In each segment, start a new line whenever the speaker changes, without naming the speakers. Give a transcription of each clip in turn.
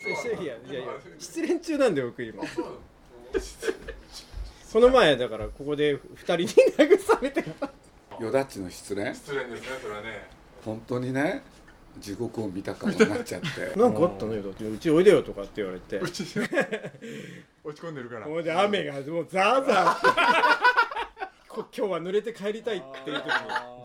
いやいやいやいや失恋中なんだよ僕今この前だからここで二人に慰めてた
よだちの失恋
失礼ですねそれは ね
本当にね地獄を見た顔になっちゃって
なんかあったのよだってうちおいでよとかって言われて
うち落ち込んでるから
ほいで雨がもうザーザーこ今日は濡れて帰りたいっていう時に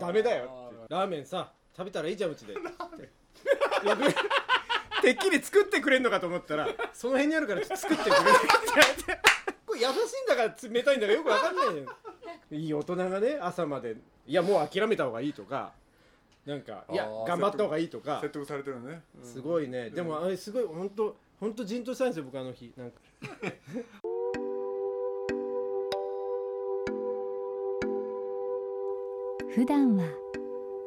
「ダメだよ」ってラーメンさ食べたらいいじゃんうちで」僕てっきり作ってくれんのかと思ったら「その辺にあるから作ってくれ」って言われてこれ優しいんだか冷たいんだかよくわかんないよいい大人がね朝まで「いやもう諦めた方がいい」とかなんか「いや
あー
頑張った方がいい」とか
説得されてるのね
すごいね、でもあれすごい本当本当じんとしたんですよ僕あの日なんか
普段は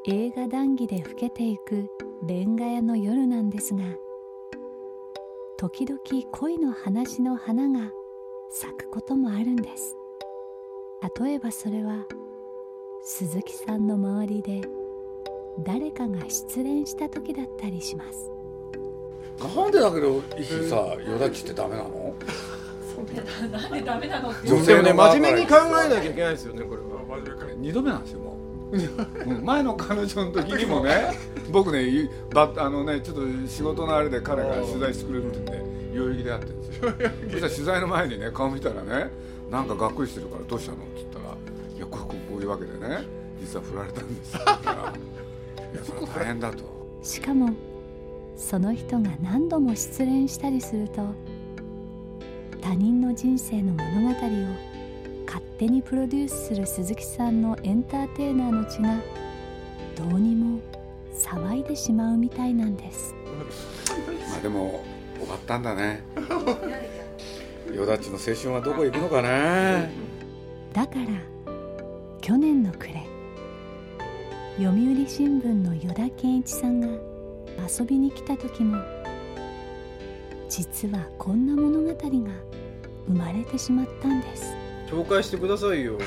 映画談義で更けていくレンガ屋の夜なんですが時々恋の話の花が咲くこともあるんです例えばそれは鈴木さんの周りで誰かが失恋した時だったりします
なんでだけどいつさよだちってダメな の
なんでダメなのって
女性の
でもね
側
真面目に考
から
えなきゃいけないですよねこれ
あ
は
真面目か
二度目なんですよもううん前の彼女の時にもね僕ねいばあのねちょっと仕事のあれで彼が取材してくれるって言って代々木で会ってるんですよそしたら取材の前にね顔見たらねなんかがっくりしてるからどうしたのって言ったら「いやこうこうこういうわけでね実は振られたんですよ」って言ったら「いやそれは大変だ」と。
しかもその人が何度も失恋したりすると他人の人生の物語を勝手にプロデュースする鈴木さんのエンターテイナーの血がどうにも騒いでしまうみたいなんです
まあでも終わったんだねよだちの青春はどこ行くのかね
だから去年の暮れ読売新聞の依田健一さんが遊びに来た時も実はこんな物語が生まれてしまったんです
紹介してくださいよ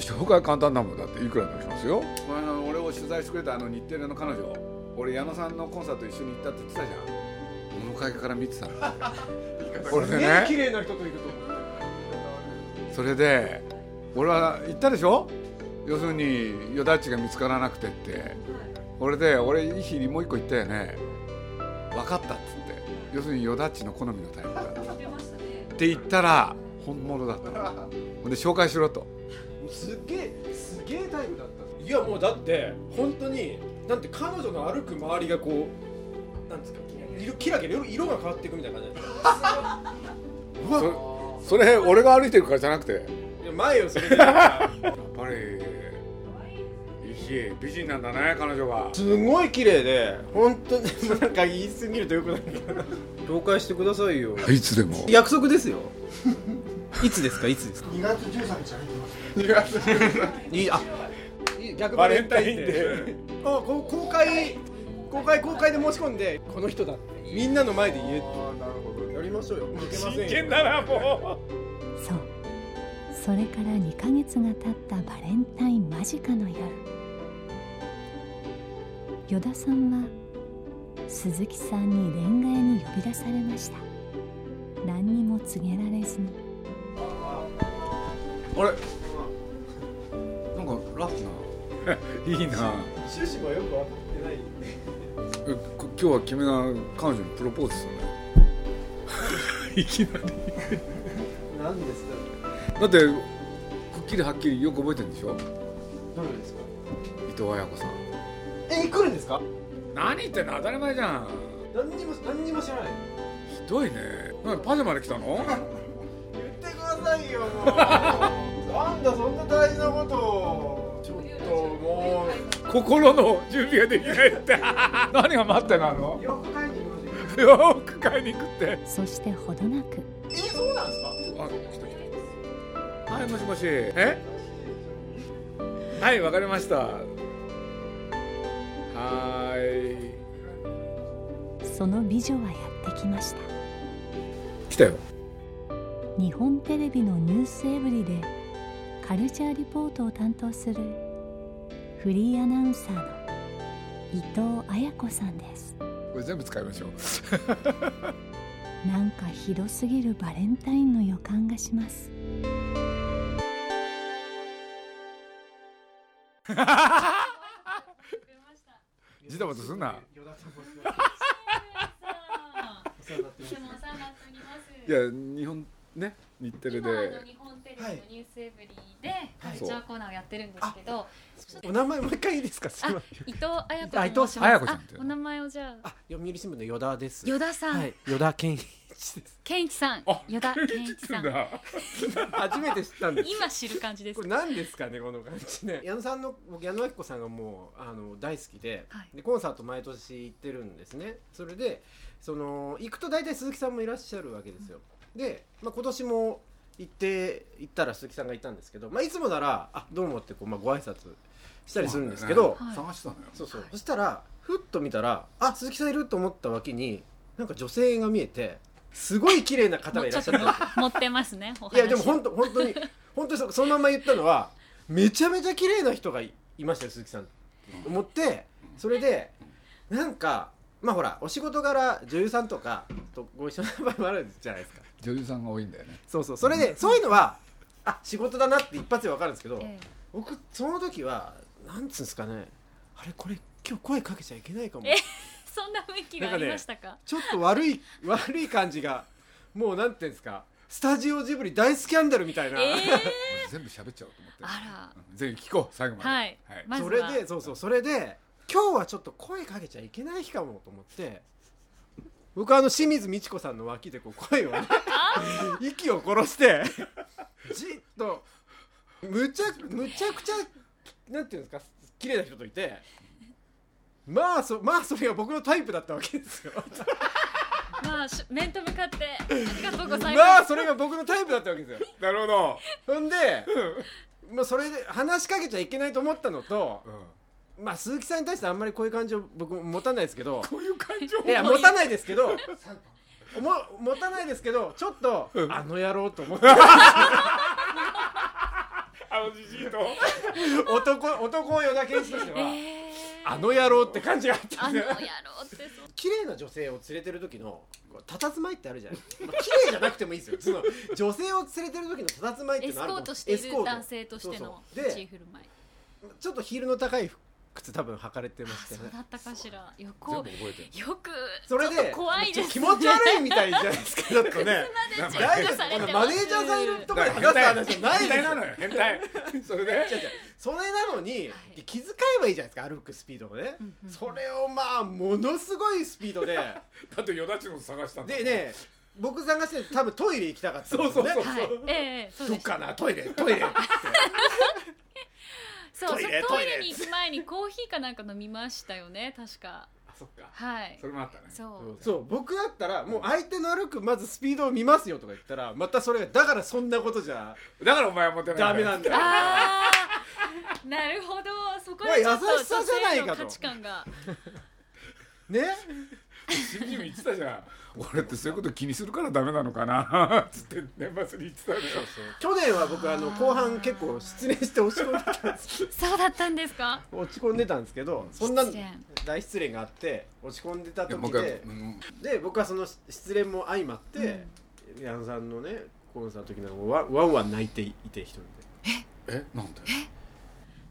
紹介簡単なもんだっていくらでもしますよあの俺を取材してくれたあの日テレの彼女俺矢野さんのコンサート一緒に行ったって言ってたじゃん物陰から見てたの俺で
ね綺
ね
麗な人といると思う
それで俺は行ったでしょ要するによだちが見つからなくてって俺で俺いい日にもう一個行ったよね分かったっつって要するによだちの好みのタイプだって
言ってましたね
って言ったら本物だったのほんで紹介しろと
すっげえすげえタイムだったいやもうだって本当になんて彼女の歩く周りがこうなんですか色キラキラ色色が変わっていくみたいな感じだっ
そそれ俺が歩いてるからじゃなくてやった
いや前よそれでなんか
ぱりいい日美人なんだね彼女が
すごい綺麗で本当になんか言い過ぎるとよくないけど紹介してくださいよ
いつでも
約束ですよいつですかいつですか
2月13日空いてます
2月
いいあいい逆
バレンタインデ
ーあこ公開公開公開で申し込んでこの人だってみんなの前で言え
あなるほど
やりましょうよ負けませんよ
真剣だなも
そうそれから2ヶ月が経ったバレンタイン間近の夜依田さんは鈴木さんに恋愛に呼び出されました何にも告げられずに
あれなんかラフな いいな
趣旨もよく分かってない
えこ今日は君が彼女にプロポーズす るの
何ですか
だってくっきりはっきりよく覚えてるんでしょ
どれですか
伊藤綾子さん
え来るんですか
何言ってんの当たり前じゃん
何にも何にも知らない
ひどいねなんでパジャマで来たの
言ってくださない よもうなんだそんな大事なことを
ちょっとも
心の準備ができないって 何が待ってなの
よく買いに行こうぜ
よく買いに行くって
そしてほどなく
うえそうなんですか
あ来た来たはいもしもしえはいわかりましたはーい
その美女はやってきました
来たよ
日本テレビの「ニュースエブリ」でカルチャーリポートを担当するフリーアナウンサーの伊藤彩子さんです
これ全部使いましょう
なんかひどすぎるバレンタインの予感がします
ジタバタすんな
でもお世話になっております
いや日本ね日テレで
今あの日本テレビのニュースエブリーでカルチャーコーナーをやってるんですけど、
お名前もう一回いいですかすいません
伊藤彩
あ伊藤
子と申します。
彩子さんっていう
あお名前をじゃあ
あ読売新聞の依田です
与田さん、
はい依田健一です
健一さん、与田健一さん。
だ
初めて知ったんです
今知る感じです
こ。れ何ですかねこの感じね矢野さんの僕矢野明子さんがもうあの大好きで,、
はい
でコンサート毎年行ってるんですねそれでその行くと大体鈴木さんもいらっしゃるわけですよ、で、まあ、今年も行って行ったら鈴木さんがいたんですけど、まあ、いつもなら「あどうも」ってこう、まあ、ご挨拶したりするんですけど、
はい
探してたのよ
そうそう、そしたらふっと見たらあ鈴木さんいると思った脇になんか女性が見えてすごい綺麗な方がいらっしゃったんですよ
持ってますね。お話
いやでも本当本当に本当にそそのまんま言ったのはめちゃめちゃ綺麗な人がいいましたよ鈴木さんって思ってそれでなんかまあほらお仕事柄女優さんとかとご一緒な場合もあるじゃないですか
女優さんが多いんだよね
そうそうそれでそういうのはあ仕事だなって一発で分かるんですけど
え
僕その時はなんつうんですかねあれこれ今日声かけちゃいけないかも
ええそんな雰囲気がありましたか。
ちょっと悪い 悪い感じがもうなんていうんですかスタジオジブリ大スキャンダルみたいな。
ええ
全部喋っちゃおうと思って
あら
うんぜひ聞こう最後までは
はいまず
そ
は
れでそうそうそれで今日はちょっと声かけちゃいけない日かもと思って僕はあの清水美智子さんの脇でこう声をね息を殺してじっとむちゃむちゃくちゃなんていうんですか綺麗な人といてまあそまあそれが僕のタイプだったわけ ですよ
まあし面と向かってありがとうござい
ま
ま
あそれが僕のタイプだったわけですよ
なるほど
ほんで、まあ、それで話しかけちゃいけないと思ったのと、まあ、鈴木さんに対してあんまりこういう感情僕も持たないですけど
こういう感情
いや持たないですけども持たないですけどちょっとあの野郎と思って
あのじじいと
男男を与田健一としては、
す。ええ
あの野郎って感じがあって
あの野郎ってそう。
綺麗な女性を連れてる時のこう佇まいってあるじゃないですか、まあ、綺麗じゃなくてもいいですよその女性を連れてる時の佇まいってい
エ
う
ス
の
コ
あると思
ー
う
トしてい
エスコート
る男性として
そ
の
うそう
立ち居
で
振る舞い。
ちょっとヒールの高い靴多分履かれてまして
そうだったかしら。よく
全部覚えてる
よく
それで
ちょっと怖いですね。
気持ち悪いみたいじゃないですかちょっとね
までチェ
大
ッ
丈
ク
夫
されてま
マ
す
ネージャーさんいるとこで話す話じゃないで
変態
すよ
なのよ変態それで
違う違うそれなのに、
い
気遣えばいいじゃないですか歩くスピードもね、それをまあものすごいスピードで
だってよだちの探したんだ
でね僕探して多分トイレ行きたかったんです
そ
よ
う
ね
そうそう
はい。ええええそう
ど
で
っ
した
かなトイレトイレ
そうそ
ト
うト
イ
イ
レ
レ
トイレ
に行く前にコーヒーかなんか飲みましたよね確か
あそっか
はい
それもあったね
そう
そう僕だったらもう相手の歩くまずスピードを見ますよとか言ったらまたそれがだからそんなことじゃ
だからお前はモテない
ダメなんだよ
ああ なるほどそこでちょっと
優しさじゃないかと
女性の価値観が
ね
新人言ってたじゃん俺ってそういうこと気にするからダメなのかな つって年末に言ってたのよ
去年は僕あの後半結構失恋して落ち込んでたんです
そうだったんですか
落ち込んでたんですけどそんな
失恋
大失恋があって落ち込んでた
いや
時
もう一回
で
うん
で僕はその失恋も相まって、矢野さんのねコンサートの時なんかわわんわん泣いていて一人で
えなんで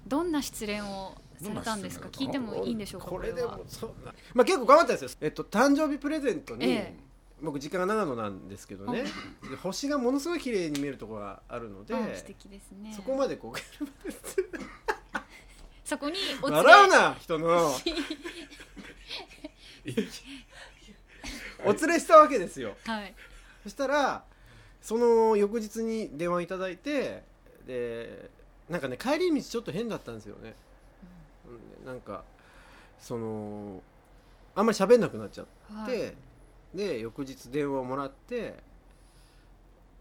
どんな失恋をされたんですか
どんな失恋
聞い
だ
て
ったの
もいいんでしょうか
これで
は
もそんな、まあ、結構頑張ったんですよ、えっと、誕生日プレゼントに、
ええ
僕時間が長野なんですけどねで星がものすごい綺麗に見えるところがあるので、
うん素敵ですね
そこまでこう
そこにお連れ
習うな人 のお連れしたわけですよ
はい
そしたらその翌日に電話いただいてでなんかね帰り道ちょっと変だったんですよね、うんなんかそのあんまり喋んなくなっちゃって
はい
でで翌日電話をもらって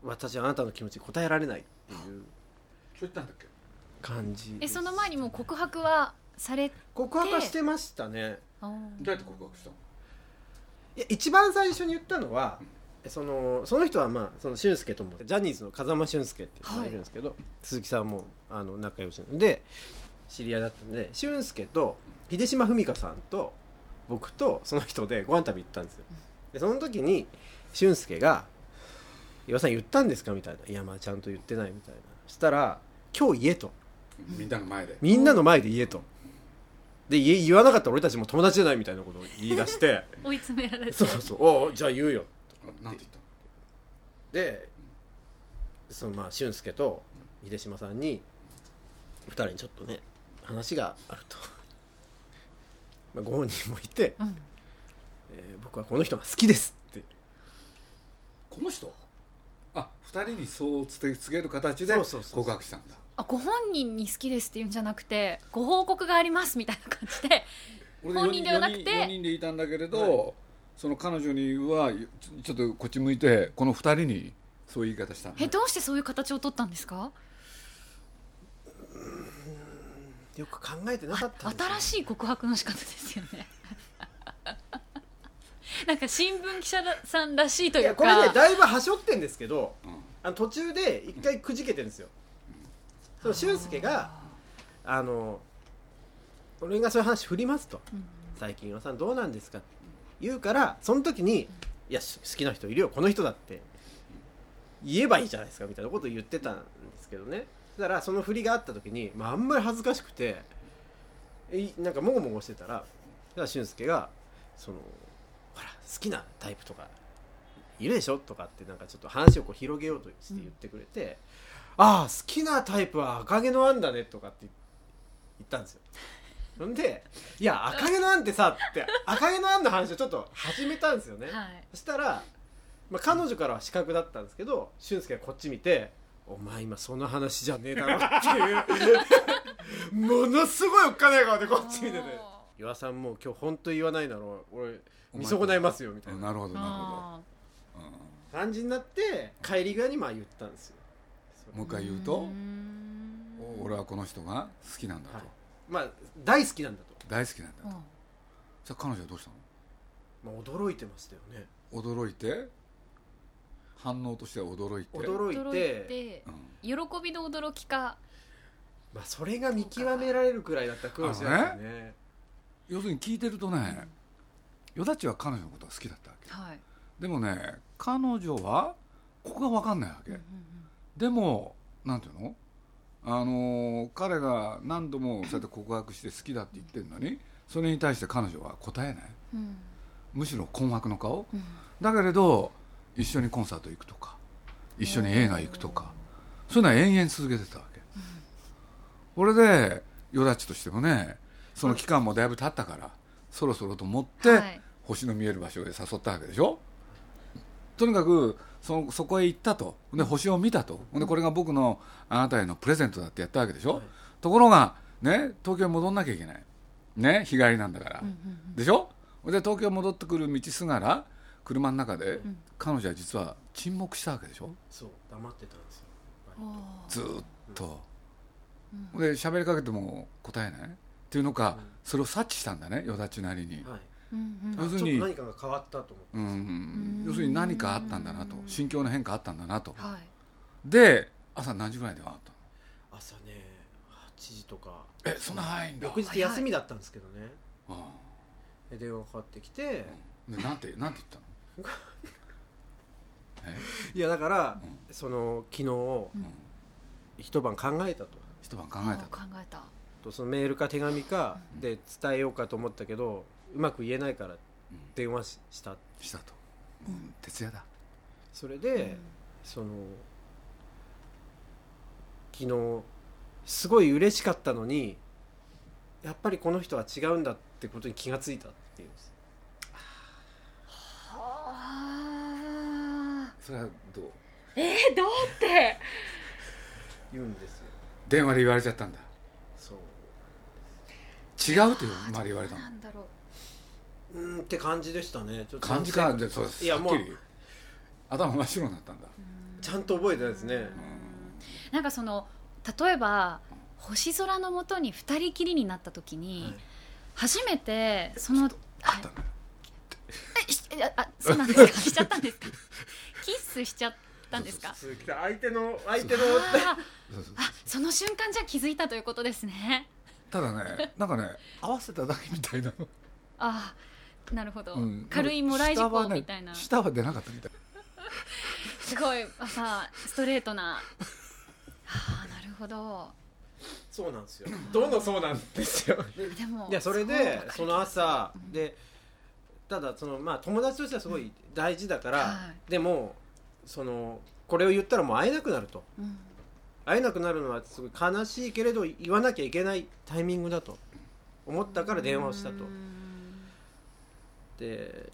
私はあなたの気持ちに応えられないっていう
言ったんだっけ
感じで
え
す
その前にもう告白はされ
告白はしてましたね
あー
どうやって告白したの
いや一番最初に言ったのはそのその人はまあその俊介ともジャニーズの風間俊介っていうのがいるんですけど、鈴木さんもあの仲良しなんで知り合いだったんで俊介と秀島文香さんと僕とその人でご飯食べ行ったんですよでその時に俊介が「岩井さん言ったんですか?」みたいな「いやまあちゃんと言ってない」みたいなそしたら「今日言え」と
みんなの前で
「みんなの前で言え」と。で言え言わなかったら俺たちもう友達じゃないみたいなことを言い出して
追い詰められて
そうそう「おうじゃあ言うよ」
なんて言ったの
でそのまあ俊介と秀島さんに2人にちょっとね話があると まあご本人もいて、
うん
えー僕はこの人が好きです」って
この人あ二人にそう告げる形で
そうそうそう
告白したんだ
あご本人に好きですって言うんじゃなくてご報告がありますみたいな感じで
俺
本人ではなくて
4人4人でいたんだけれど、その彼女にはちょちょっとこっち向いてこの二人にそういう言い方したの
えどうしてそういう形を取ったんですか
よく考えてなかったんですよ
新しい告白の仕方ですよね なんか新聞記者さんらしいと
い
い
や
う
これ
か
ねだいぶはしょってんですけど
うん
あの途中で一回くじけてるんですよ、その俊介があの俺がそういう話振りますと、
うん
最近岩さんどうなんですかって言うからその時に「いやし好きな人いるよこの人だ」って言えばいいじゃないですかみたいなことを言ってたんですけどねそしたらその振りがあった時に、まあ、あんまり恥ずかしくてえなんかもごもごしてたらそしたら俊介がその「ほら好きなタイプとかいるでしょ?」とかってなんかちょっと話をこう広げようとして言ってくれて「ああ好きなタイプは赤毛のアンだね」とかって言ったん ですよ。ほんで「いや赤毛のアンってさ」って赤毛のアンの話をちょっと始めたんですよね。
はい
そしたら、まあ、彼女からは視覚だったんですけど俊介がこっち見て「お前今その話じゃねえだろ」っていうものすごいおっかない顔でこっち見てて
あ
「岩さんもう今日本当言わないだろ俺
お前
見損ないますよ」みたいな
なるほど
ー
な
あ
るほど、
感じになって帰り際にまあ言ったんですよ。
うん、もう一
ー
回言う
うー
と
ん
俺はこの人が好きなんだと、
はいまあ大好きなんだと、
大好きなんだ
う
と
ん
じゃあ彼女はどうした
まあ、驚いてましたよね
の驚いて反応としては驚いて
驚いて
驚いて
うん
喜びの驚きか
まあ、それが見極められるくらいだったかもしれないですよね
要するに聞いてるとねよだちは彼女のことが好きだったわけ
はい
でもね彼女はここが分かんないわけ、
うんうん
でもなんていうのあのー彼が何度もそうやって告白して好きだって言ってるのにそれに対して彼女は答えない
うん
むしろ困惑の顔
うん
だけれど一緒にコンサート行くとか一緒に映画行くとかそういうのは延々続けてたわけ、これでよだちとしてもねその期間もだいぶ経ったからそろそろと思って、
はい
星の見える場所で誘ったわけでしょとにかくそのそこへ行ったとで星を見たとでこれが僕のあなたへのプレゼントだってやったわけでしょ、
はい
ところが、ね、東京に戻んなきゃいけない、ね、日帰りなんだから、
うんうん
でしょで東京戻ってくる道すがら車の中で、
ん
彼女は実は沈黙したわけでしょ
そう黙ってたんですよ
うんおー
ずーっと、で喋りかけても答えないっていうのか、それを察知したんだねよだちなりに、
はい
うんうん
あ
要
ちょっ
する
と
に
何かが変わったと思って
うん、要するに何かあったんだなと心境の変化あったんだなと
はい
で朝何時ぐらいではあった
朝ね8時とか
のえそんな早いんだ、
翌日休みだったんですけどね
う
で電話かかってきて
ん、でなんてなんて言 ったのえ、
いやだから
うん
その昨日
うん、
一晩考えたと
一晩考
あ
え
ー
た
考えた
とそのメールか手紙か
うん
で伝えようかと思ったけどうまく言えないから電話しした
としたと、うん、徹夜だ
それでその昨日すごい嬉しかったのにやっぱりこの人は違うんだってことに気がついたっていうんです
ああ
それはどう
えー、どうって
言うんですよ
電話で言われちゃったんだ
そう
違うってまで言われたの
なんだろう
うーんって感じでしたねちょっと
感じかでそうです
いや
はっ
もう
きり頭真っ白になったんだ
ちゃんと覚えてないですね
なんかその例えば星空のもとに二人きりになった時に、
はい
初めてその
あ
は
っ
い
たのよ
えしああそうなんですかしちゃったんですかキスしちゃったんですか
鈴木さん相手の相手の
あ
そうそう
ーあその瞬間じゃ気づいたということですね
ただねなんかね合わせただけみたいな
あーなるほど、
うん
軽いもらい事故みたいな、
舌はね舌は出なかったみたい
すごいあさストレートなあーなるほど
そうなんですよどんどんそうなんですよ
でも
いやそれ
う
で
わかる
その朝
うん
でただそのまあ友達としてはすごい大事だから、
は
でもそのこれを言ったらもう会えなくなると
うん
会えなくなるのはすごい悲しいけれど言わなきゃいけないタイミングだと思ったから電話をしたと
うーん
で、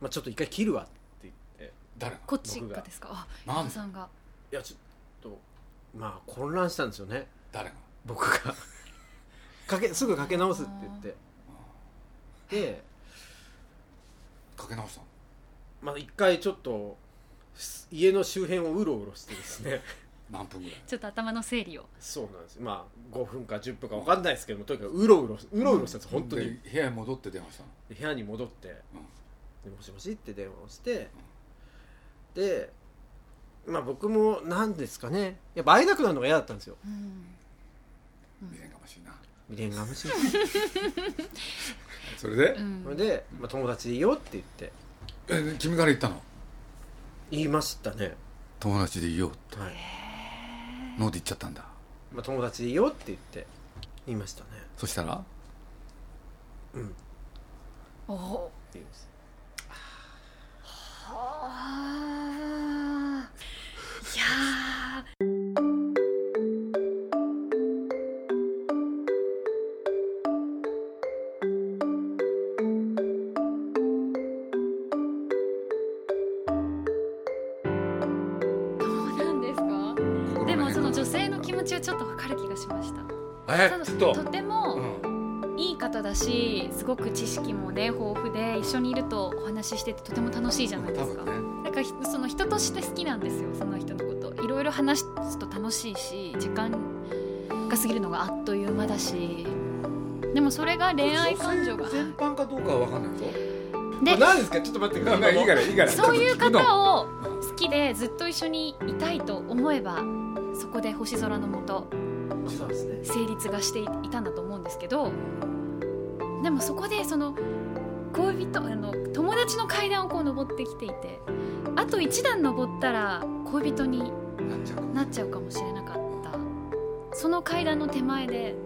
まあ、ちょっと一回切るわって言って
誰が
こっち
僕
が
が
ですかあ
なん
皆さんが
いやちょっとまあ混乱したんですよね
誰が
僕がかけすぐかけ直すって言ってで
かけ直したの
まあ一回ちょっとす家の周辺をうろうろしてです ね
何分ぐらい
ちょっと頭の整理を
そうなんですまあ5分か10分か分かんないですけどもとにかくうろうろうろうろしたんです本当に
で部屋に戻って電話したの
で部屋に戻って、でもしもしって電話をして、でまあ僕も何ですかねやっぱ会えなくなるのが嫌だったんですよ
うん
未練がましいな
未練がましい
それで
う
それ
ん
で、まあ、友達でいいよって言って
え君から言ったの
言いましたね、
友達でいよう
はい
ノーで言っちゃったんだ
まあ、友達でいいよって言って言いましたね
そしたら
うんって
おお
言いました
あーいやーどうなんですかでもその女性の気持ちはちょっとわかる気がしました。
え
ただ
ちょっと
とても、
うん
いい方だしすごく知識もね豊富で一緒にいるとお話ししててとても楽しいじゃないで
多
すか、
分ね
なんかひその人として好きなんですよその人のこといろいろ話すと楽しいし時間が過ぎるのがあっという間だしでもそれが恋愛感情が
女性全般かどうかは分かんないぞ
で
これ何ですかちょっと待ってください
いいからいいから
そういう
ちょっと聞くの
方を好きでずっと一緒にいたいと思えばそこで星空のもと
そうですね
成立がしていたんだと思うんですけどでもそこでその恋人あの友達の階段をこう登ってきていてあと一段登ったら恋人に
なっちゃうかも
なっちゃうかもしれなかったその階段の手前で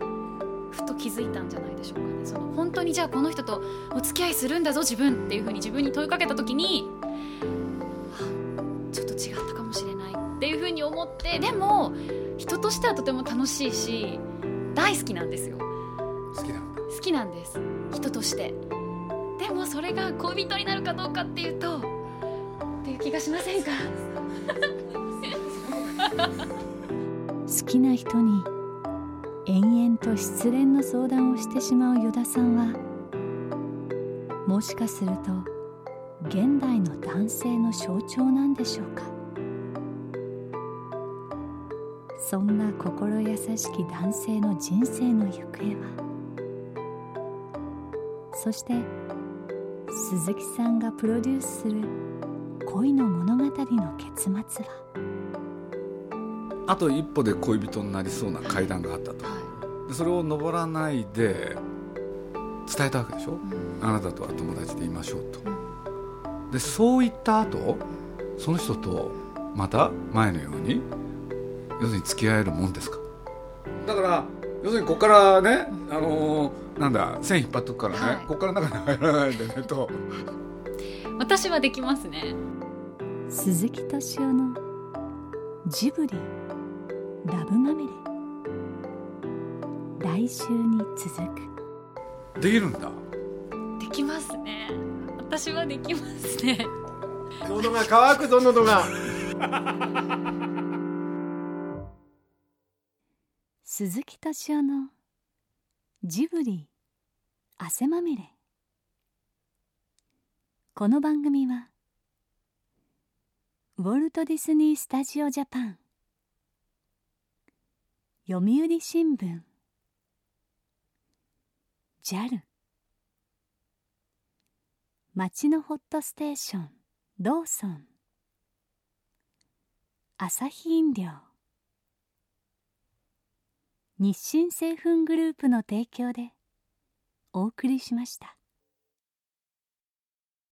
ふと気づいたんじゃないでしょうかねその本当にじゃあこの人とお付き合いするんだぞ自分っていうふうに自分に問いかけた時にあちょっと違ったかもしれないっていうふうに思ってでも人としてはとても楽しいし大好きなんですよ
好きなんだ
好きなんです人としてでもそれが恋人になるかどうかっていうとっていう気がしませんか
好きな人に延々と失恋の相談をしてしまう依田さんはもしかすると現代の男性の象徴なんでしょうかそんな心優しき男性の人生の行方はそして鈴木さんがプロデュースする恋の物語の結末は
あと一歩で恋人になりそうな階段があったとでそれを登らないで伝えたわけでしょあなたとは友達でいましょうとでそう言った後その人とまた前のように要するに付き合えるもんですかだから要するにここからね、あのーなんだ線引っ張っとくからね、
はい
ここから中に入らないでねと
私はできますね
鈴木敏夫のジブリラブマメレ来週に続く
できるんだ
できますね私はできますね
喉が渇くぞ喉が
鈴木敏夫のジブリ汗まみれこの番組はウォルト・ディスニー・スタジオ・ジャパン読売新聞 JAL 町のホットステーションローソン朝日飲料日清製粉グループの提供でお送りしました。